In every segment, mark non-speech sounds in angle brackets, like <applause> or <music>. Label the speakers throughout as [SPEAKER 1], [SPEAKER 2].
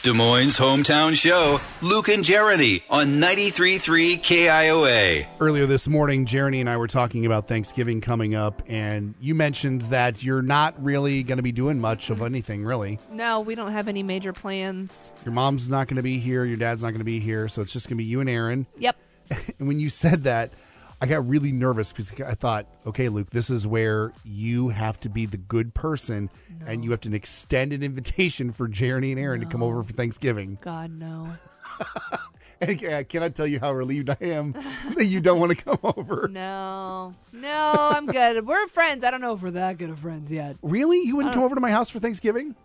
[SPEAKER 1] Des Moines' hometown show, Luke and Jeremy on 93.3 KIOA.
[SPEAKER 2] Earlier this morning, Jeremy and I were talking about Thanksgiving coming up, and you mentioned that you're not really going to be doing much of anything, really.
[SPEAKER 3] No, we don't have any major plans.
[SPEAKER 2] Your mom's not going to be here, your dad's not going to be here, so it's just going to be you and Aaron. <laughs>
[SPEAKER 3] Yep.
[SPEAKER 2] And when you said that, I got really nervous because I thought, okay, Luke, this is where you have to be the good person and you have to extend an invitation for Jeremy and Aaron to come over for Thanksgiving. <laughs>
[SPEAKER 3] God, no.
[SPEAKER 2] And uh, I cannot tell you how relieved I am <laughs> that you don't want to come over.
[SPEAKER 3] No. No, I'm good. We're friends. I don't know if we're that good of friends yet.
[SPEAKER 2] Really? You
[SPEAKER 3] Uh.
[SPEAKER 2] wouldn't come over to my house for Thanksgiving? <laughs>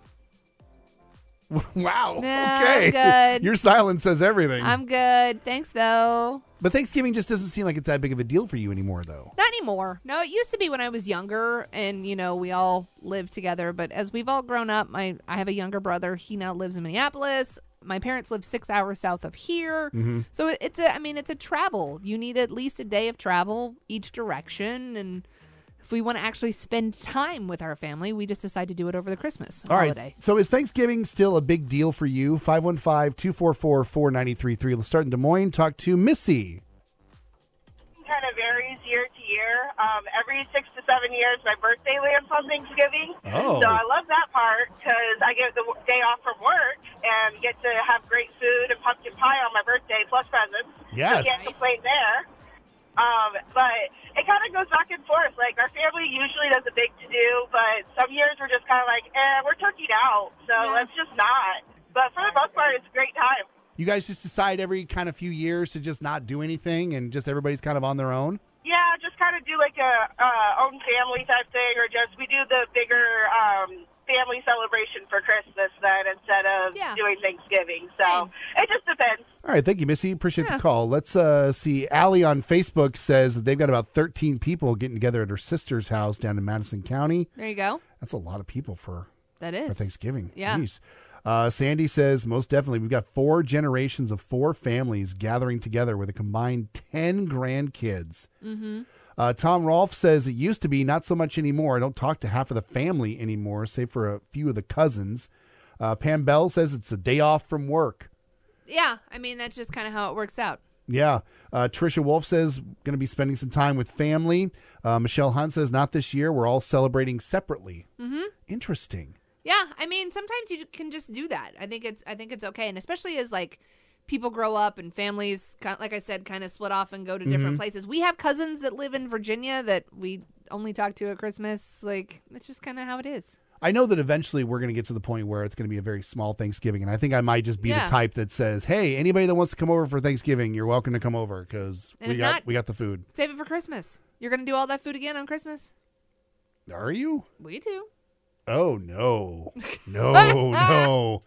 [SPEAKER 2] Wow.
[SPEAKER 3] Nah,
[SPEAKER 2] okay.
[SPEAKER 3] I'm good.
[SPEAKER 2] Your silence says everything.
[SPEAKER 3] I'm good. Thanks, though.
[SPEAKER 2] but Thanksgiving just doesn't seem like it's that big of a deal for you anymore, though.
[SPEAKER 3] Not anymore. No, it used to be when I was younger and, you know, we all lived together. But as we've all grown up, my I have a younger brother. He now lives in Minneapolis. My parents live six hours south of here.
[SPEAKER 2] Mm-hmm.
[SPEAKER 3] So it- it's a, I mean, it's a travel. You need at least a day of travel each direction. And if we want to actually spend time with our family, we just decide to do it over the Christmas
[SPEAKER 2] All right.
[SPEAKER 3] holiday.
[SPEAKER 2] So is Thanksgiving still a big deal for you? 515 244 4933. Let's start in Des Moines. Talk to Missy.
[SPEAKER 4] kind of varies year to year. Um, every six to seven years, my birthday lands on Thanksgiving.
[SPEAKER 2] Oh.
[SPEAKER 4] So I love that part because I get the w- day off from work and get to have great food and pumpkin pie on my birthday plus presents.
[SPEAKER 2] Yes.
[SPEAKER 4] So can't complain there. Um, but it kind of goes back and forth. Like our family usually does a big to do, but some years we're just kind of like, eh, we're turkeyed out, so
[SPEAKER 3] Yeah.
[SPEAKER 4] let's just not. But for the most part, it's a great time.
[SPEAKER 2] You guys just decide every kind of few years to just not do anything and just everybody's kind of on their own?
[SPEAKER 4] Yeah, just kind of do like a uh, own family type thing, or just we do the bigger um, family celebration for Christmas then instead of
[SPEAKER 3] Yeah.
[SPEAKER 4] doing Thanksgiving. So it just depends.
[SPEAKER 2] All right, thank you, Missy. Appreciate
[SPEAKER 3] Yeah.
[SPEAKER 2] the call. Let's uh, see. Allie on Facebook says that they've got about 13 people getting together at her sister's house down in Madison County.
[SPEAKER 3] There you go.
[SPEAKER 2] That's a lot of people for,
[SPEAKER 3] That
[SPEAKER 2] for
[SPEAKER 3] is.
[SPEAKER 2] Thanksgiving.
[SPEAKER 3] Yeah.
[SPEAKER 2] Jeez. Uh, Sandy says, most definitely, we've got four generations of four families gathering together with a combined 10 grandkids. Mm-hmm. Uh, Tom Rolfe says, it used to be, not so much anymore. I don't talk to half of the family anymore, save for a few of the cousins. Uh, Pam Bell says, it's a day off from work.
[SPEAKER 3] Yeah, I mean that's just kind of how it works out.
[SPEAKER 2] Yeah. Uh, Trisha Wolf says, going to be spending some time with family. Uh, Michelle Hunt says, not this year. We're all celebrating separately. Mm-hmm. Interesting.
[SPEAKER 3] Yeah, I mean sometimes you can just do that. I think it's I think it's okay, and especially as like people grow up and families, ki- like I said, kind of split off and go to different places. We have cousins that live in Virginia that we only talk to at Christmas. Like it's just kind of how it is.
[SPEAKER 2] I know that eventually we're going to get to the point where it's going to be a very small Thanksgiving. And I think I might just be
[SPEAKER 3] Yeah.
[SPEAKER 2] the type that says, hey, anybody that wants to come over for Thanksgiving, you're welcome to come over because
[SPEAKER 3] And
[SPEAKER 2] we,
[SPEAKER 3] if
[SPEAKER 2] got,
[SPEAKER 3] not-
[SPEAKER 2] we got the food.
[SPEAKER 3] Save it for Christmas. You're gonna do all that food again on Christmas.
[SPEAKER 2] Are you?
[SPEAKER 3] We do. <laughs>
[SPEAKER 2] Oh, no. No, no.